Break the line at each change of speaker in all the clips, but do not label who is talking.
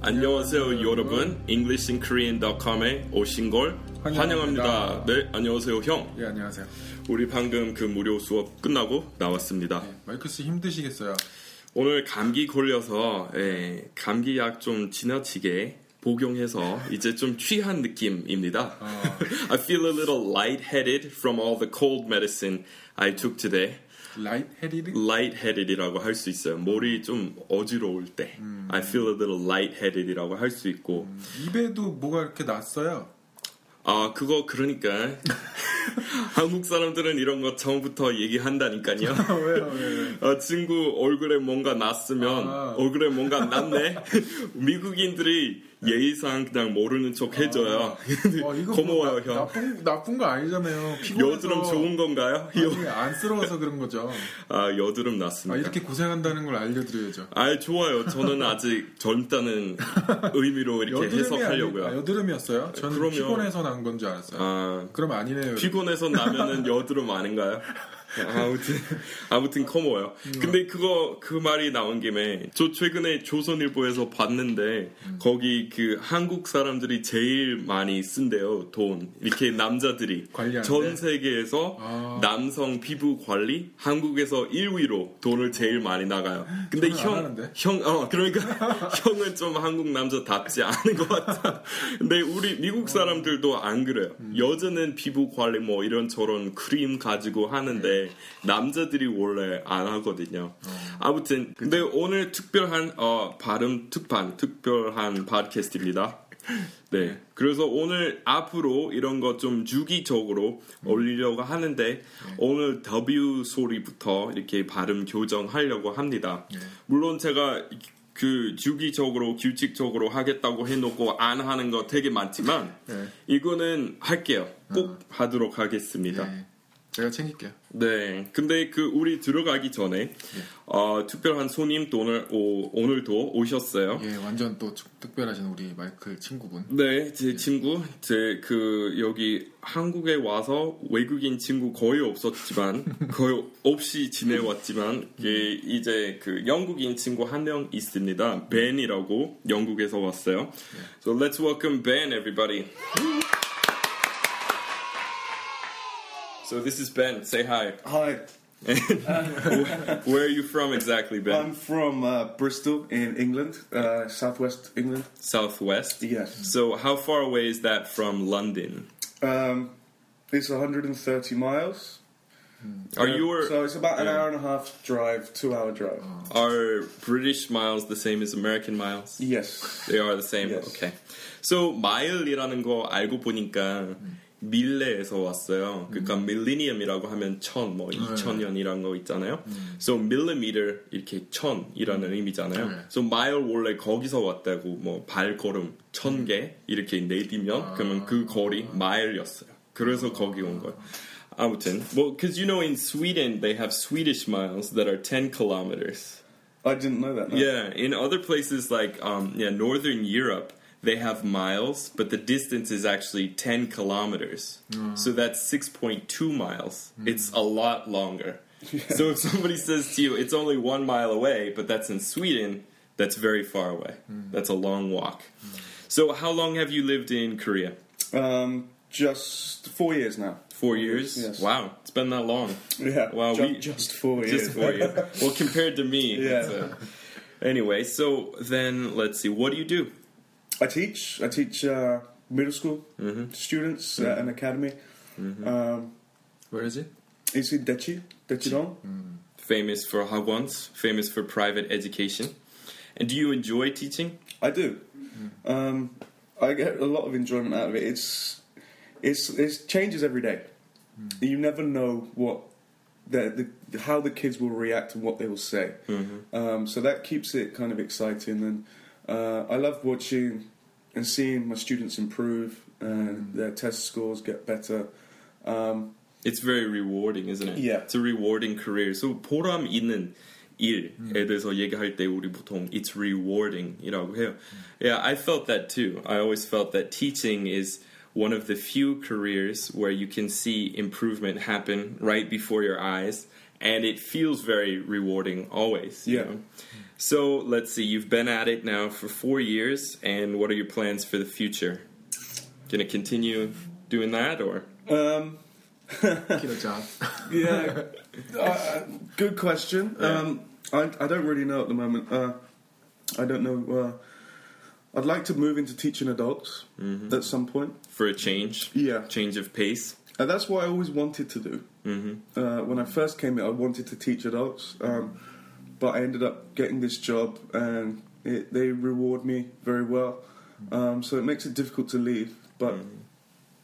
안녕하세요 여러분 EnglishinKorean.com에 오신 걸
환영합니다.
환영합니다. 네 안녕하세요 형.
예 안녕하세요.
우리 방금 그 무료 수업 끝나고 나왔습니다.
마이크 씨 힘드시겠어요.
오늘 감기 걸려서 예, 감기약 좀 지나치게 복용해서 이제 좀 취한 느낌입니다.
아.
I feel a little lightheaded from all the cold medicine I took today.
라이트 헤리드
lightheaded이라고 할 수 있어요. 머리 좀 어지러울 때.
음.
I feel a little lightheaded이라고 할 수 있고.
입에도 뭐가 이렇게 났어요.
아, 그거 그러니까 한국 사람들은 이런 거 처음부터 얘기한다니까요.
왜요 왜요?
아, 친구 얼굴에 뭔가 났으면
아.
얼굴에 뭔가 났네. 미국인들이 예의상 그냥 모르는 척 해줘요.
어, 이거
고마워요,
뭐 나,
형.
나쁜 나쁜 거 아니잖아요. 피곤해서
여드름 좋은 건가요?
아니, 안쓰러워서 그런 거죠.
아, 여드름
아,
났습니다.
이렇게 고생한다는 걸 알려드려야죠.
아, 좋아요. 저는 아직 젊다는 의미로 이렇게 해석하려고요.
아니- 아, 여드름이었어요? 저는
그럼요.
피곤해서 난 건 줄 알았어요.
아,
그럼 아니네요.
피곤해서 나면은 여드름 아닌가요? 아무튼 아무튼 커모요.
음.
근데 그거 그 말이 나온 김에 저 최근에 조선일보에서 봤는데
음.
거기 그 한국 사람들이 제일 많이 쓴대요 돈 이렇게 남자들이
관리하는데?
전 세계에서
아.
남성 피부 관리 한국에서 1위로 돈을 제일 많이 나가요. 근데
저는 안 하는데.
형형어 그러니까 형은 좀 한국 남자답지 않은 것 같아. 근데 우리 미국 사람들도 안 그래요.
음.
여자는 피부 관리 뭐 이런 저런 크림 가지고 하는데 남자들이 원래 안 하거든요.
어.
아무튼 근데 오늘 특별한 어 발음 특판 특별한 팟캐스트입니다. 네. 그래서 오늘 앞으로 이런 거 좀 주기적으로
음.
올리려고 하는데
네.
오늘 W 소리부터 이렇게 발음 교정하려고 합니다. 물론 제가 그 주기적으로 규칙적으로 하겠다고 해놓고 안 하는 거 되게 많지만
네. 아.
이거는 할게요. 꼭 하도록 하겠습니다.
네. 제가 챙길게요.
네. 근데 그 우리 들어가기 전에
네.
어, 특별한 손님 또 오늘 오, 오늘도 오셨어요.
예, 완전 또 특- 특별하신 우리 마이클 친구분.
네, 제 친구, 제 그 여기 한국에 와서 외국인 친구 거의 없었지만 거의 없이 지내왔지만 예, 이제 그 영국인 친구 한 명 있습니다. 벤이라고 영국에서 왔어요. So let's welcome Ben, everybody. So this is Ben. Say hi.
Hi,
Where are you from exactly, Ben?
I'm from uh, Bristol in England, uh, southwest England.
Southwest.
Yes.
So how far away is that from London?
Um, it's 130 miles. Um,
Are you or-
uh, So it's about an
Yeah. Oh.
hour and a half drive, two hour drive.
Are British miles the same as American miles?
Yes.
They are the same.
Yes.
Okay. So mile이라는 거 알고 보니까 밀레에서 왔어요. 그러니까 밀리니엄이라고 하면 천, 뭐 이천 년이란 거 있잖아요. So millimeter 이렇게 천이라는 의미잖아요.
네.
So mile 원래 거기서 왔다고 뭐 발걸음 천 개 이렇게 내디면 그러면 그 거리 mile였어요. 그래서 거기 온 거예요. 아무튼 well, because you know in Sweden they have Swedish miles that are 10 kilometers.
I didn't know that. no.
Yeah, in other places like um, yeah, northern Europe, they have miles, but the distance is actually 10 kilometers. So that's 6.2 miles. It's a lot longer. So if somebody says to you, it's only one mile away, but that's in Sweden, that's very far away. That's a long walk. So how long have you lived in Korea?
Um, just four years now.
Four years?
Yes.
Wow, it's been that long.
Yeah.
Wow,
ju-
we-
just four years.
Just for you. well, compared to me.
Yeah.
it's, uh, anyway, so then let's see. What do you do?
I teach. I teach uh, middle school
Mm-hmm.
students at an academy. Um,
Where is it?
it's in Dechi, Dechidong.
Famous for Hagwons, famous for private education. And do you enjoy teaching?
I do. Um, I get a lot of enjoyment out of it. It's it's it changes every day. You never know what the, the how the kids will react and what they will say. Um, so that keeps it kind of exciting, and uh, I love watching and seeing my students improve and their test scores get better. Um,
It's very rewarding, isn't it?
Yeah.
It's a rewarding career. So 보람 있는 일에 대해서 얘기할 때 우리 보통 it's rewarding이라고 해요. Yeah, I felt that too. I always felt that teaching is one of the few careers where you can see improvement happen right before your eyes and it feels very rewarding always. you
Yeah.
know? So let's see, you've been at it now for four years, and what are your plans for the future? Gonna continue doing that, or
Um,
Get a job.
yeah, uh, good question. Um, I, I don't really know at the moment. Uh, I don't know. Uh, I'd like to move into teaching adults at some point.
for a change?
Yeah,
Change of pace?
and that's what I always wanted to do.
Mm-hmm.
uh, when I first came here, I wanted to teach adults, um, but I ended up getting this job, and it, they reward me very well. Um, so it makes it difficult to leave. But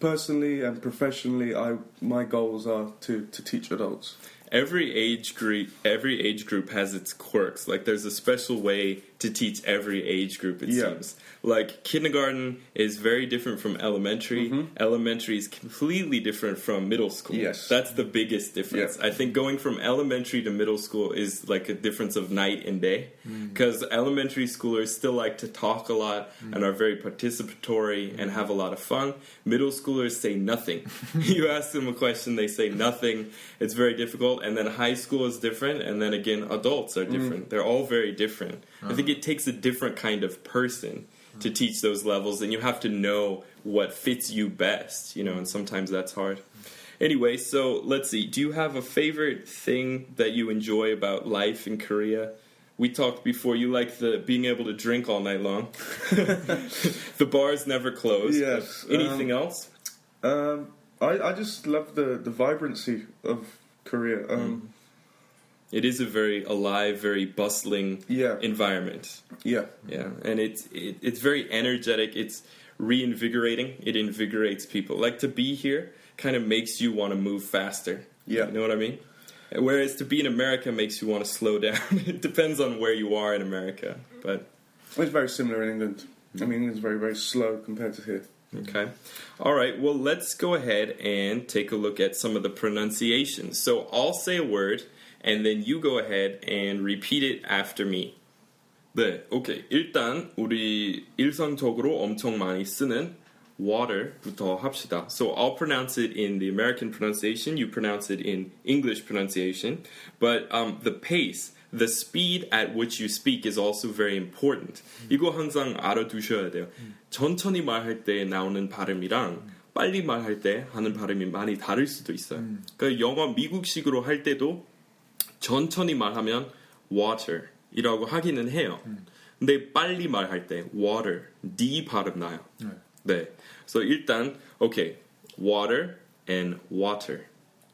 personally and professionally, I my goals are to, to teach adults.
Every age group, every age group has its quirks. Like there's a special way to teach every age group. It
Yeah.
seems like kindergarten is very different from elementary. Elementary is completely different from middle school.
Mm-hmm. Yes.
that's the biggest difference. I think going from elementary to middle school is like a difference of night and day because elementary schoolers still like to talk a lot and are very participatory and have a lot of fun. Middle schoolers say nothing. you ask them a question, they say nothing. It's very difficult. And then high school is different. And then again, adults are different. They're all very different. I think it takes a different kind of person to teach those levels, and you have to know what fits you best, you know, and sometimes that's hard. Anyway, so let's see. Do you have a favorite thing that you enjoy about life in Korea? We talked before. You like the being able to drink all night long. the bars never close.
Yes,
Anything else?
Um, I, I just love the, the vibrancy of Korea. Um,
It is a very alive, very bustling
Yeah,
environment.
yeah,
Yeah, and it's it, it's very energetic. It's reinvigorating. It invigorates people. Like to be here, kind of makes you want to move faster.
Yeah.
you know what I mean. Whereas to be in America makes you want to slow down. it depends on where you are in America, but
it's very similar in England. I mean, it's very very slow compared to here.
Okay. All right. Well, let's go ahead and take a look at some of the pronunciations. So I'll say a word, and then you go ahead and repeat it after me. 네, 오케이. 일단 우리 일상적으로 엄청 많이 쓰는 water부터 합시다. So I'll pronounce it in the American pronunciation. You pronounce it in English pronunciation. But um, the pace, the speed at which you speak is also very important. 이거 항상 알아두셔야 돼요. 천천히 말할 때 나오는 발음이랑 빨리 말할 때 하는 발음이 많이 다를 수도 있어요. 그러니까 영어 미국식으로 할 때도 천천히 말하면 water이라고 하기는 해요. 근데 빨리 말할 때 water, d 발음 나요. 네. 그래서 일단 okay, water and water.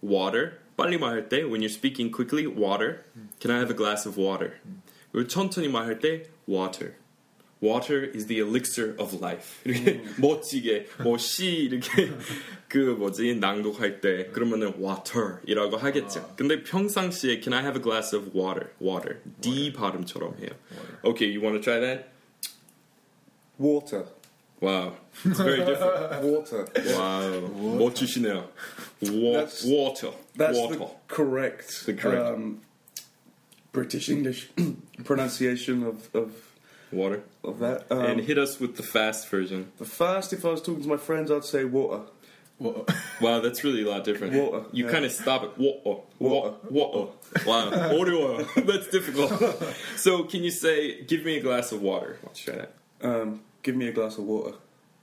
water 빨리 말할 때 when you're speaking quickly water. Can I have a glass of water? 그리고 천천히 말할 때 water. Water is the elixir of life. 이렇게 멋지게 뭐 시 이렇게 그 뭐지 낭독할 때 그러면은 water이라고 하겠죠. 근데 평상시에 can I have a glass of water? Water. D 발음처럼 해요. Okay, you want to try that?
Water,
Wow, it's very different.
water.
wow, 멋지시네요. Wa-
That's-
water.
That's
water.
the correct,
The correct.
Um, British English pronunciation of, of,
Water.
of that. Um,
and hit us with the fast version.
the first, if I was talking to my friends, I'd say water.
Well,
Wow, that's really a lot different.
Water,
you
yeah.
kind of stop it. Water, water,
Water.
water. Wow, audio. that's difficult. So, can you say, "Give me a glass of water"? Let's try that.
Um, give me a glass of water.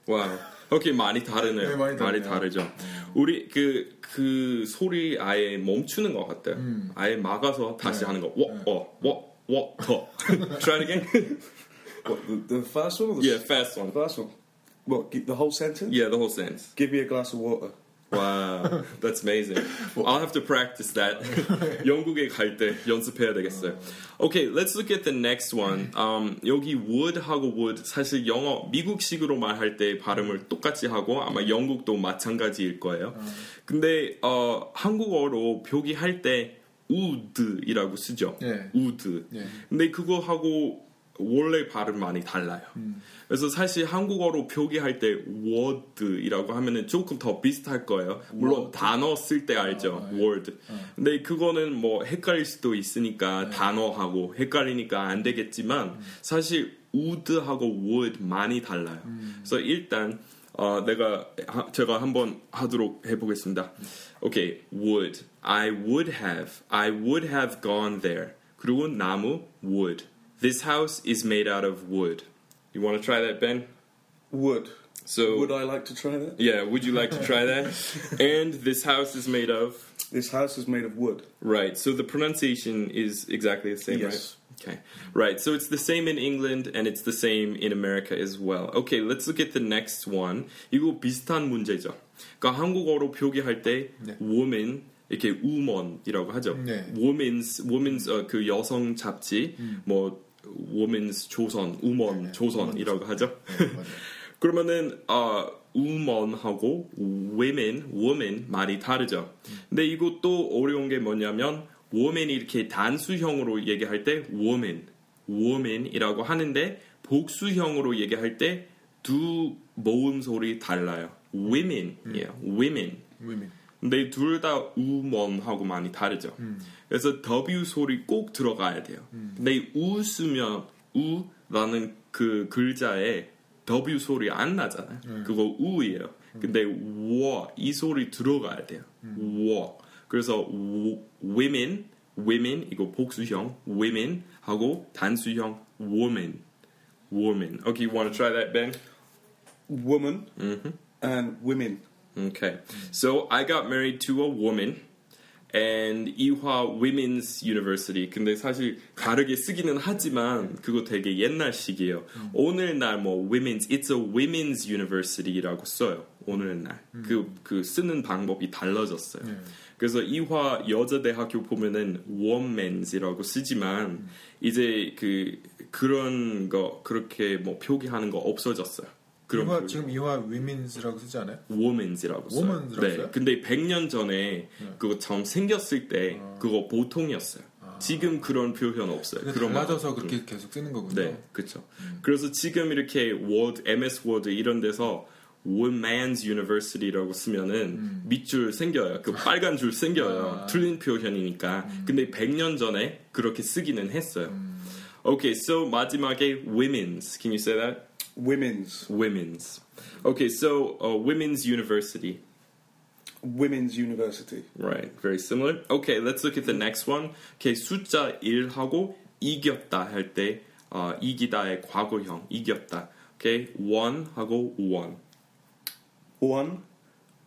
와우. 오케이 많이 다르네요.
네,
많이,
많이 다르네요.
다르죠. 우리 그 그 소리 아예 멈추는 것 같아요. 아예 막아서 다시 하는 거. 워워워워터 Try it again.
What, the, the first one or the
yeah, fast one.
the first one? What, gi- the whole sentence?
Yeah, the whole sentence.
Give me a glass of water.
Wow, that's amazing. I'll have to practice that. 영국에 갈 때 연습해야 되겠어요. Okay, let's look at the next one. Um, 여기 wood하고 would 사실 영어 미국식으로 말할 때 발음을 똑같이 하고 아마 영국도 마찬가지일 거예요.
아.
근데 어, 한국어로 표기할 때 would이라고 쓰죠.
예.
would.
예.
근데 그거하고 원래 발음 많이 달라요. 그래서 사실 한국어로 표기할 때 word이라고 하면은 조금 더 비슷할 거예요. 물론 단어 쓸 때 알죠. word. 근데 그거는 뭐 헷갈릴 수도 있으니까 단어하고 헷갈리니까 안 되겠지만 사실 would하고 would 많이 달라요. 그래서 일단 어, 내가 하- 제가 한번 하도록 해보겠습니다. 오케이, would. I would have. I would have gone there. 그리고 나무 wood. This house is made out of wood. You want to try that, Ben?
Would.
So
Would I like to try that?
yeah, would you like to try that? and this house is made of
This house is made of wood.
right. So the pronunciation is exactly the same,
Yes.
right? Okay, right. So it's the same in England and it's the same in America as well. Okay, let's look at the next one. 이거 비슷한 문제죠. 그러니까 한국어로 표기할 때
네.
woman 이렇게 woman이라고 하죠.
네.
women's women's 어, 그 여성 잡지 뭐 women's 조선, woman
네, 네.
조선이라고 하죠.
맞아요.
그러면은 아 우먼하고 women, woman 말이 다르죠. 근데 이것도 어려운 게 뭐냐면 woman이 이렇게 단수형으로 얘기할 때 woman, woman이라고 하는데 복수형으로 얘기할 때 두 모음 소리 달라요. women이에요. women.
women.
근데 둘 다 우먼하고 많이 다르죠. 그래서 W 소리 꼭 들어가야 돼요. 근데 이 우 쓰면 우라는 그 글자에 W 소리 안 나잖아요. 그거 우예요. 근데 워이 소리 들어가야 돼요. 워. 그래서 워- women, women 이거 복수형 women 하고 단수형 woman, woman. Okay, you want to try that, Ben?
Woman and women.
Okay. So I got married to a woman and 이화 Women's University. 근데 사실 다르게 쓰기는 하지만 그거 되게 옛날식이에요.
음.
오늘날 뭐 Women's It's a Women's University라고 써요. 오늘날
음.
그 그 쓰는 방법이 달라졌어요.
네.
그래서 이화 여자대학교 보면은 Women's이라고 쓰지만
음.
이제 그 그런 거 그렇게 뭐 표기하는 거 없어졌어요. 그런
이화
표기.
지금 이화 women's라고 쓰지 않아요?
woman's라고 써요. 네.
woman's라고 써요? 네.
근데 100년 전에 그거 처음 생겼을 때
아.
그거 보통이었어요. 지금 그런 표현 없어요.
그게
그런 말
아. 달라져서
없고.
그렇게 계속 쓰는 거군요. 음.
네, 그렇죠. 그래서 지금 이렇게 Word, MS Word 이런 데서 Women's University라고 쓰면은
음.
밑줄 생겨요. 그 빨간 줄
아.
생겨요. 틀린 표현이니까.
음.
근데 100년 전에 그렇게 쓰기는 했어요. Okay, so 마지막에 women's. Can you say that?
Women's.
Women's. Okay, so uh, women's university.
Women's University.
Right, very similar. Okay, let's look at the next one. Okay, 숫자 1하고 이겼다 할 때 이기다의 과거형 이겼다. Okay, one 하고 one.
One,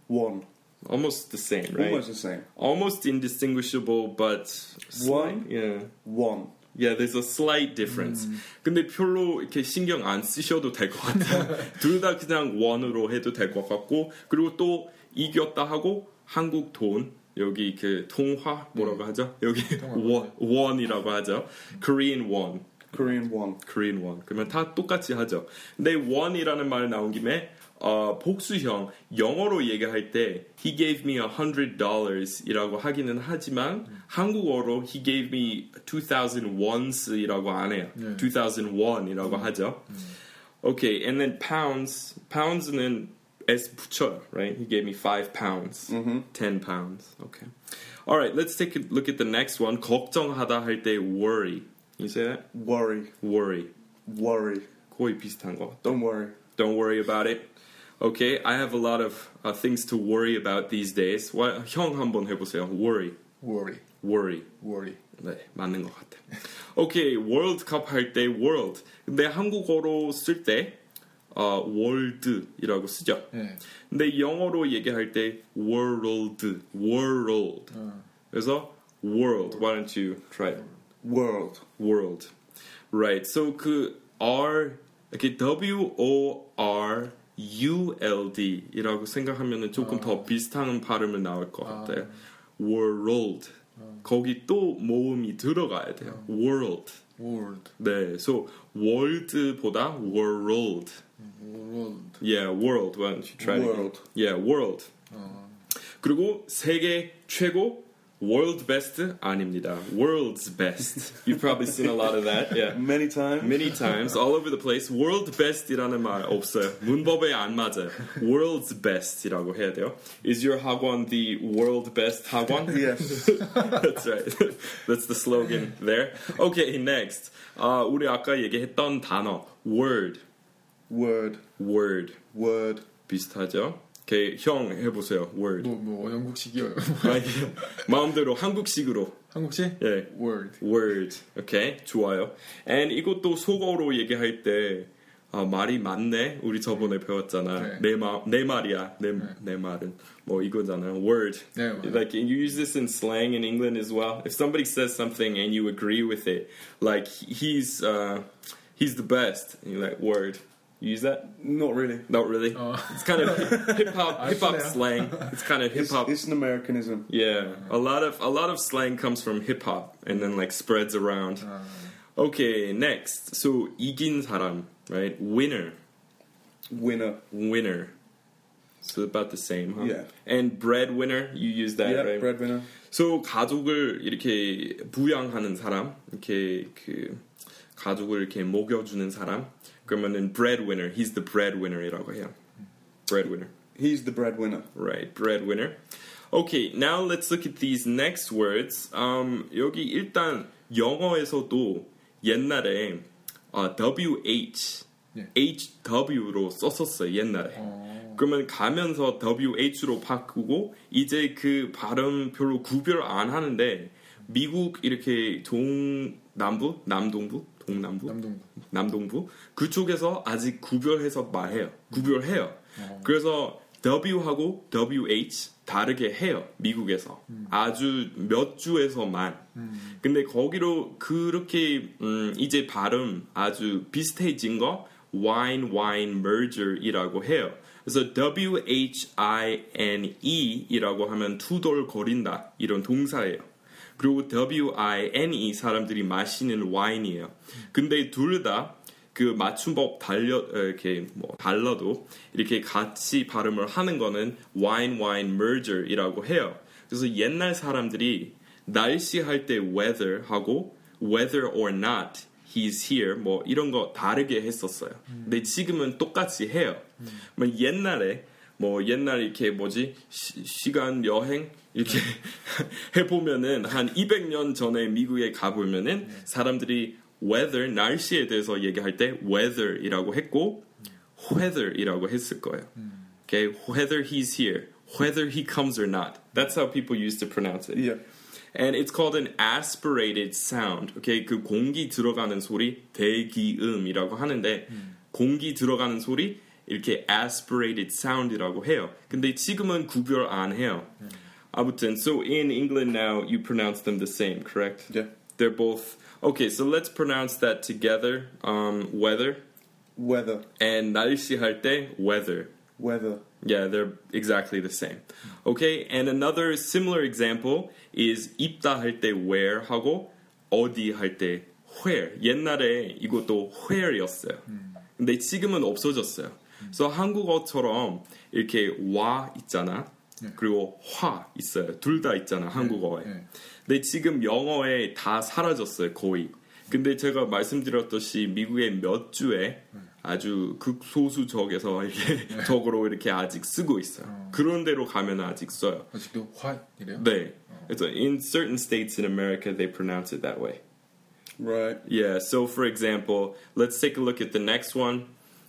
one.
Almost the same, right?
Almost the same.
Almost indistinguishable, but slight,
One.
Yeah,
One.
yeah. There's a slight difference. 근데 별로 이렇게 신경 안 쓰셔도 될 것 같아요. 둘 다 그냥 원으로 해도 될 것 같고 그리고 또 이겼다 하고 한국 돈 여기 그 통화 뭐라고 하죠? 여기 원 원이라고 하죠. Korean won,
Korean one.
Korean won. 그러면 다 똑같이 하죠. 근데 won이라는 말 나온 김에 어, 복수형 영어로 얘기할 때 he gave me a hundred dollars이라고 하기는 하지만 한국어로 he gave me two thousand ones이라고 안 해요. two thousand one이라고 하죠. Okay, and then pounds. Pounds는 S 붙여요, right? He gave me five pounds,
Mm-hmm.
ten pounds. Okay. All right, let's take a look at the next one. 걱정하다 할 때 worry. You say that?
Worry.
Worry.
Worry.
거의 비슷한 것 같아.
Don't worry.
Don't worry about it. Okay, I have a lot of uh, things to worry about these days. 와, 형 한번 해보세요. Worry,
worry,
worry.
worry.
네, 맞는 것 같아. 오케이, 월드컵 할 때 world. 근데 한국어로 쓸 때 어, world이라고 쓰죠.
네.
근데 영어로 얘기할 때 world, world. 그래서 world. Why don't you try it?
World.
world. Right. So 그 R 이렇게 W O R U L D 이라고 생각하면은 조금 더 비슷한 발음을 나올 것 같아요. world. 거기 또 모음이 들어가야 돼요. world.
world,
네. So world보다 world.
world.
Yeah, world. Why don't you try it? again?
World.
Yeah, world. 그리고 세계 최고 World best 아닙니다. World's best. You've probably seen a lot of that. Yeah.
Many times.
Many times, all over the place. World best이라는 말 없어요. 문법에 안 맞아요. World's best이라고 해야 돼요. Is your 학원 the world best 학원?
yes.
That's right. That's the slogan there. Okay, next. 아, 우리 아까 얘기했던 단어 word,
Word.
word
Word.
비슷하죠? 오케이, 형 해보세요. word.
뭐뭐 영국식이요.
아니, 마음대로 한국식으로.
한국식?
예.
Word.
word. 오케이, 좋아요. And 이것도 속어로 얘기할 때 아, 말이 맞네. 우리 저번에 배웠잖아.
네.
내 말, 내 말이야. 내, 내 말은 뭐 이거잖아. word.
네. 맞아요.
Like you use this in slang in England as well. If somebody says something and you agree with it, like he's uh, he's the best. And you're like word. You use that?
Not really.
Not really.
어.
It's kind of hip hop hip hop
Actually, yeah.
slang. It's kind of hip
It's,
hop.
it's an Americanism.
Yeah, a lot of a lot of slang comes from hip hop and then like spreads around.
아,
Okay, next. So 이긴 사람, right? Winner,
Winner.
winner. So about the same, huh?
Yeah.
And breadwinner, you use that,
Yeah.
right?
Breadwinner.
So 가족을 이렇게 부양하는 사람, 이렇게 그 가족을 이렇게 먹여주는 사람, 그러면은 breadwinner, he's the breadwinner이라고 해요. Breadwinner,
He's the breadwinner.
right? Breadwinner. Okay, now let's look at these next words. Um, 여기 일단 영어에서도 옛날에 아, WH,
예.
HW로 썼었어요 옛날에.
어,
그러면 가면서 WH로 바꾸고 이제 그 발음 별로 구별 안 하는데 미국 이렇게 동남부 남동부 동남부
남동부.
남동부 그쪽에서 아직 구별해서 말해요 구별해요 그래서 W하고 WH 다르게 해요 미국에서 아주 몇 주에서만 근데 거기로 그렇게 음, 이제 발음 아주 비슷해진 거 wine wine merger이라고 해요. 그래서 W H I N E이라고 하면 투덜거린다 이런 동사예요. 그리고 W I N E 사람들이 마시는 와인이에요. 근데 둘 다 그 맞춤법 달려 어, 이렇게 뭐 달라도 이렇게 같이 발음을 하는 거는 wine wine merger이라고 해요. 그래서 옛날 사람들이 날씨 할 때 weather 하고 whether or not he's here 뭐 이런 거 다르게 했었어요. 근데 지금은 똑같이 해요. 뭐 옛날에 뭐 옛날 이렇게 뭐지 시, 간 여행 이렇게 해보면은 한 200년 전에 미국에 가보면은 사람들이 weather 날씨에 대해서 얘기할 때 weather이라고 했고 weather이라고 했을 거예요. Okay, whether he's here, whether he comes or not. That's how people used to pronounce it.
Yeah.
And it's called an aspirated sound. Okay, 그 공기 들어가는 소리 대기음이라고 하는데 공기 들어가는 소리 이렇게 aspirated sound이라고 해요. 근데 지금은 구별 안 해요. 아무튼 so in England now you pronounce them the same, correct?
Yeah.
They're both okay. So let's pronounce that together. Um, weather
Weather.
and 날씨 할때 weather.
Weather.
Yeah, they're exactly the same. Okay, and another similar example is 입다 할 때 where 하고 어디 할 때 where. 옛날에 이것도 where였어요. 근데 지금은 없어졌어요. 그래서 한국어처럼 이렇게 와 있잖아. 그리고 화 있어요. 둘 다 있잖아, 한국어에.
네.
근데 지금 영어에 다 사라졌어요, 거의. 근데 제가 말씀드렸듯이 미국의 몇 주에 아주 극소수 적에서 이렇게 적으로 이렇게 아직 쓰고 있어요. 그런 데로 가면 아직 써요.
아직도 화 이래요?
네. 그래서 in certain states in America they pronounce it that way.
Right.
Yeah, so for example, let's take a look at the next one.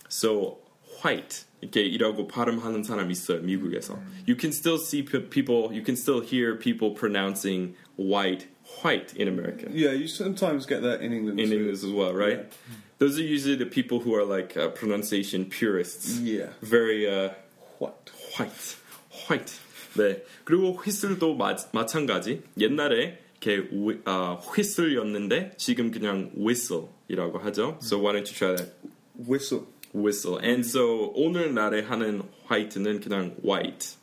So white 이렇게 이라고 발음하는 사람 있어요 미국에서. You can still see pe- people, you can still hear people pronouncing white white in America.
Yeah, you sometimes get that in England.
In
too.
English as well, right? Those are usually the people who are like uh, pronunciation purists.
Yeah.
Very uh,
What?
white, white. 네. 그리고 휘슬도 마, 마찬가지. 옛날에 이렇게 휘, 아, 휘슬이었는데 지금 그냥 whistle이라고 하죠. So why don't you try that?
Whistle.
Whistle. And so 오늘날에 하는 white는 그냥 white,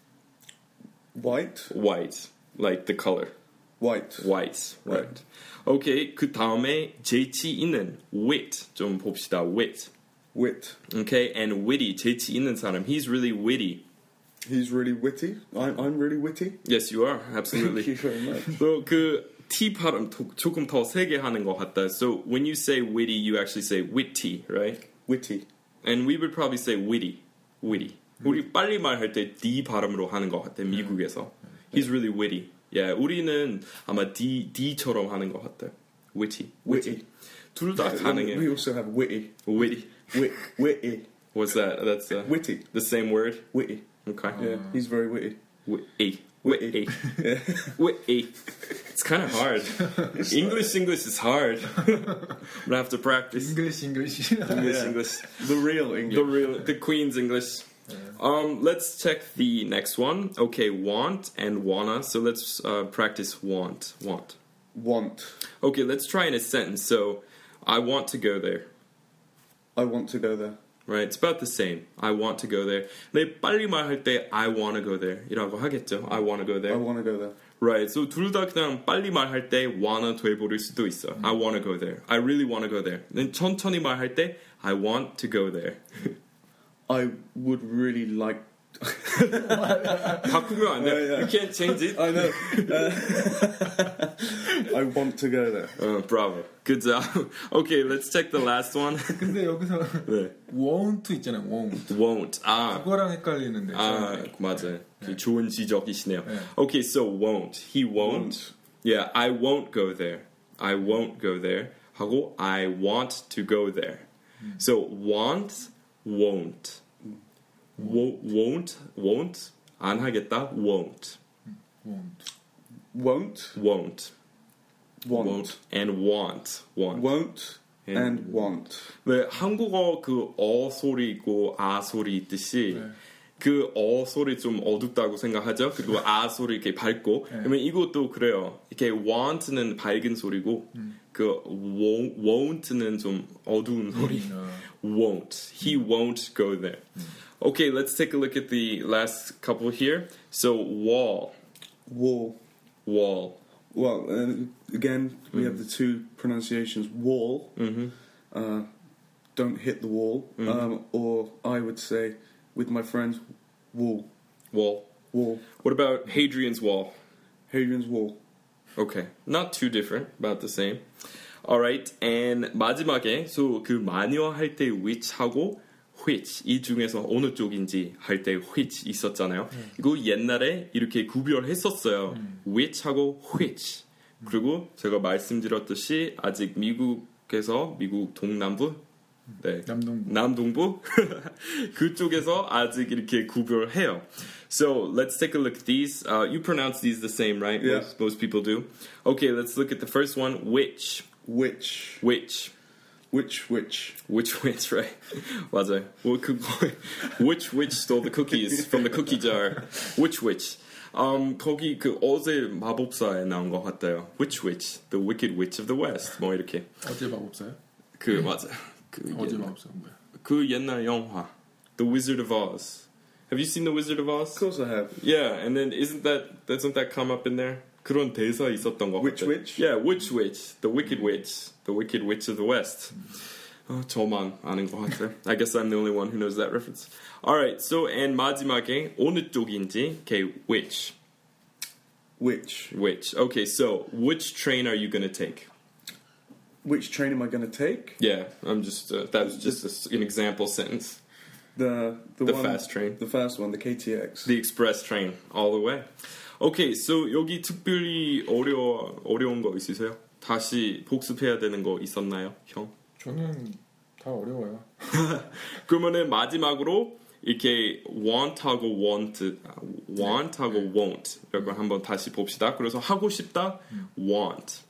White.
white, like the color,
White.
white, right? Okay. 그 다음에 재치 있는 wit 좀 봅시다. wit.
Wit.
Okay, and witty, 재치 있는 사람. He's really witty.
He's really witty. I'm, I'm really witty.
Yes, you are
Thank
absolutely.
you very much.
so 그 T 발음 도- 조금 더 세게 하는 것 같다. So when you say witty, you actually say witty, right?
Witty.
And we would probably say witty, witty. 우리 빨리 말할 때 D 발음으로 하는 것 같아 미국에서. He's really witty. Yeah, 우리는 아마 D D처럼 하는 것 같아. Witty, witty. 둘 다 가능해.
We also have witty.
Witty.
Wit, witty.
What's that? That's uh,
Witty.
the same word.
Witty.
Okay.
Yeah, he's very witty.
Witty. Witty. Witty. It's kind of hard. English English is hard. but I have to practice.
English, English.
English
Yeah.
English.
The real English.
The real the Queen's English. Um, let's check the next one. Okay, want and wanna. So let's uh, practice want. Want.
Want.
Okay, let's try in a sentence. So, I want to go there.
I want to go there.
Right, it's about the same. I want to go there. 내 빨리 말할 때 I wanna go there 이라고 하겠죠. I wanna go
I
there.
want to go there.
Right, so 둘 다 그냥 빨리 말할 때 wanna 돼버릴 수도 있어. I wanna go there. I really wanna go there. 근데 천천히 말할 때 I want to go there.
I would really like.
바꾸면 안 돼.
Yeah, yeah.
You can't change it.
I know. Uh, I want to go there.
어, bravo. Good job. Okay, let's check the last one.
근데 여기서
네.
won't 있잖아요. won't.
Won't. 아,
그거랑 헷갈리는데.
아, 맞아요. 그 좋은 지적이시네요.
네.
Okay, so won't. He won't.
Won't.
Yeah, I won't go there. I won't go there. 하고 I want to go there. So want, won't. Wo- won't, won't. 안 하겠다. Won't.
won't.
Won't.
Won't.
Want.
Won't. And want. Want.
Won't.
And
And want.
왜 한국어 그 어 소리 있고 아 소리 있듯이
네.
그 어 소리 좀 어둡다고 생각하죠. 그리고 아 소리 이렇게 밝고.
네.
그러면 이것도 그래요. 이렇게 want는 밝은 소리고
음.
그 wo- won't는 좀 어두운 소리.
어.
won't. He
음.
won't go there. Okay, let's take a look at the last couple here. So wall,
Wall.
wall.
Well, uh, again, we have the
Mm.
two pronunciations wall,
Mm-hmm.
uh, don't hit the wall, um, or I would say with my friends, wall,
Wall.
wall,
What about Hadrian's wall?
Hadrian's wall.
Okay, not too different, about the same. Alright, and 마지막에 so 그 마녀 할 때 which 하고 which 이 중에서 어느 쪽인지 할 때 which 있었잖아요. 이거 옛날에 이렇게 구별했었어요. which 하고 which. 그리고 제가 말씀드렸듯이 아직 미국에서 미국 동남부 네,
남동부.
남동부 그쪽에서 아직 이렇게 구별해요. So let's take a look at these. Uh, you pronounce these the same, right?
Yeah.
Most, most people do. Okay, let's look at the first one. Which,
Which,
which,
which, which?
which, which, right? 맞아요. 뭐, 그거- which, which stole the cookies from the cookie jar? Which, which? Um, 거기 그 어제 마법사에 나온 것 같아요. Which, which? The Wicked Witch of the West. 뭐 이렇게
어제 밥 없어요?
그 맞아. 그
어제 밥
옛날-
없어요. 뭐야?
그 옛날 영화 The Wizard of Oz. Have you seen The Wizard of Oz?
Of course I have.
Yeah, and then isn't that doesn't that come up in there? 그런 대사 있었던 것
Which
같아.
witch?
Yeah, which witch? The wicked witch. The wicked witch of the west. 어, 저만 아는 것 같아. I guess I'm the only one who knows that reference. Alright, so and 마지막에 어느 쪽인지 okay, which?
Which,
Which? Okay, so which train are you gonna take?
which train am I going to take?
Yeah, I'm just uh, that was just a s an example sentence.
The the,
The
one,
fast train.
the fast one, the KTX.
The express train all the way. Okay, so 여기 특별히 어려 어려운 거 있으세요? 다시 복습해야 되는 거 있었나요, 형?
저는 다 어려워요.
그러면은 마지막으로 이렇게 want하고 want, 아, want하고 won't 이걸 한번 다시 봅시다. 그래서 하고 싶다 want,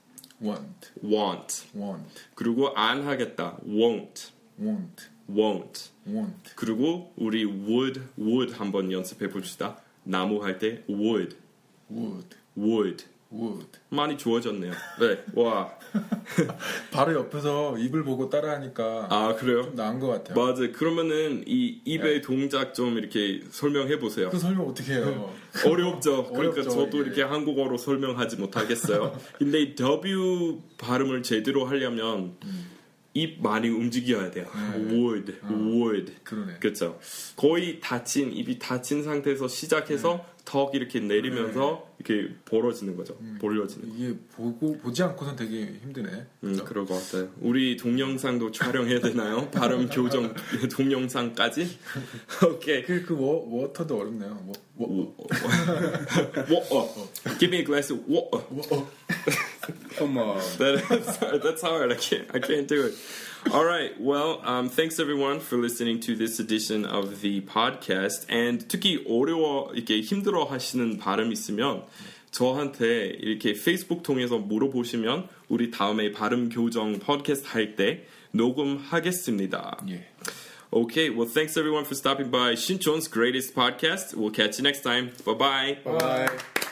want,
want.
want,
그리고 안 하겠다 won't,
want,
won't.
want,
그리고 우리 would, would 한번 연습해 봅시다. 나무 할 때 would,
would,
would.
would.
많이 좋아졌네요. 네, 와.
바로 옆에서 입을 보고 따라하니까
아, 그래요?
좀 나은 것 같아요.
맞아. 그러면은 이
네.
입의 동작 좀 이렇게 설명해 보세요.
그 설명 어떻게 해요?
음. 어렵죠. 그러니까
어렵죠, 예.
저도
이게.
이렇게 한국어로 설명하지 못하겠어요. 근데 이 W 발음을 제대로 하려면 입 많이 움직여야 돼요. would, would.
아, 네. 그러네.
그렇죠. 거의 닫힌 입이 닫힌 상태에서 시작해서
네.
턱 이렇게 내리면서 이렇게 벌어지는 거죠.
음.
벌려지는.
이게 보고 보지 않고선 되게 힘드네. 그러니까
음, 그럴 것 같아요. 우리 동영상도 촬영해야 되나요? 발음 교정 동영상까지? 오케이.
그, 그 워, 워터도 어렵네요. 뭐. 워, 워,
오, 어, 어. 어. Give me a glass of 어. water.
Come on.
That is, sorry, that's hard. I can't. I can't do it. All right. Well, um, thanks everyone for listening to this edition of the podcast. And 특히 어려워 이렇게 힘들어 하시는 발음 있으면 저한테 이렇게 페이스북 통해서 물어보시면 우리 다음에 발음 교정 팟캐스트 할 때 녹음하겠습니다.
예.
Okay. Well, thanks everyone for stopping by Shinchon's greatest podcast. We'll catch you next time. Bye bye.
Bye.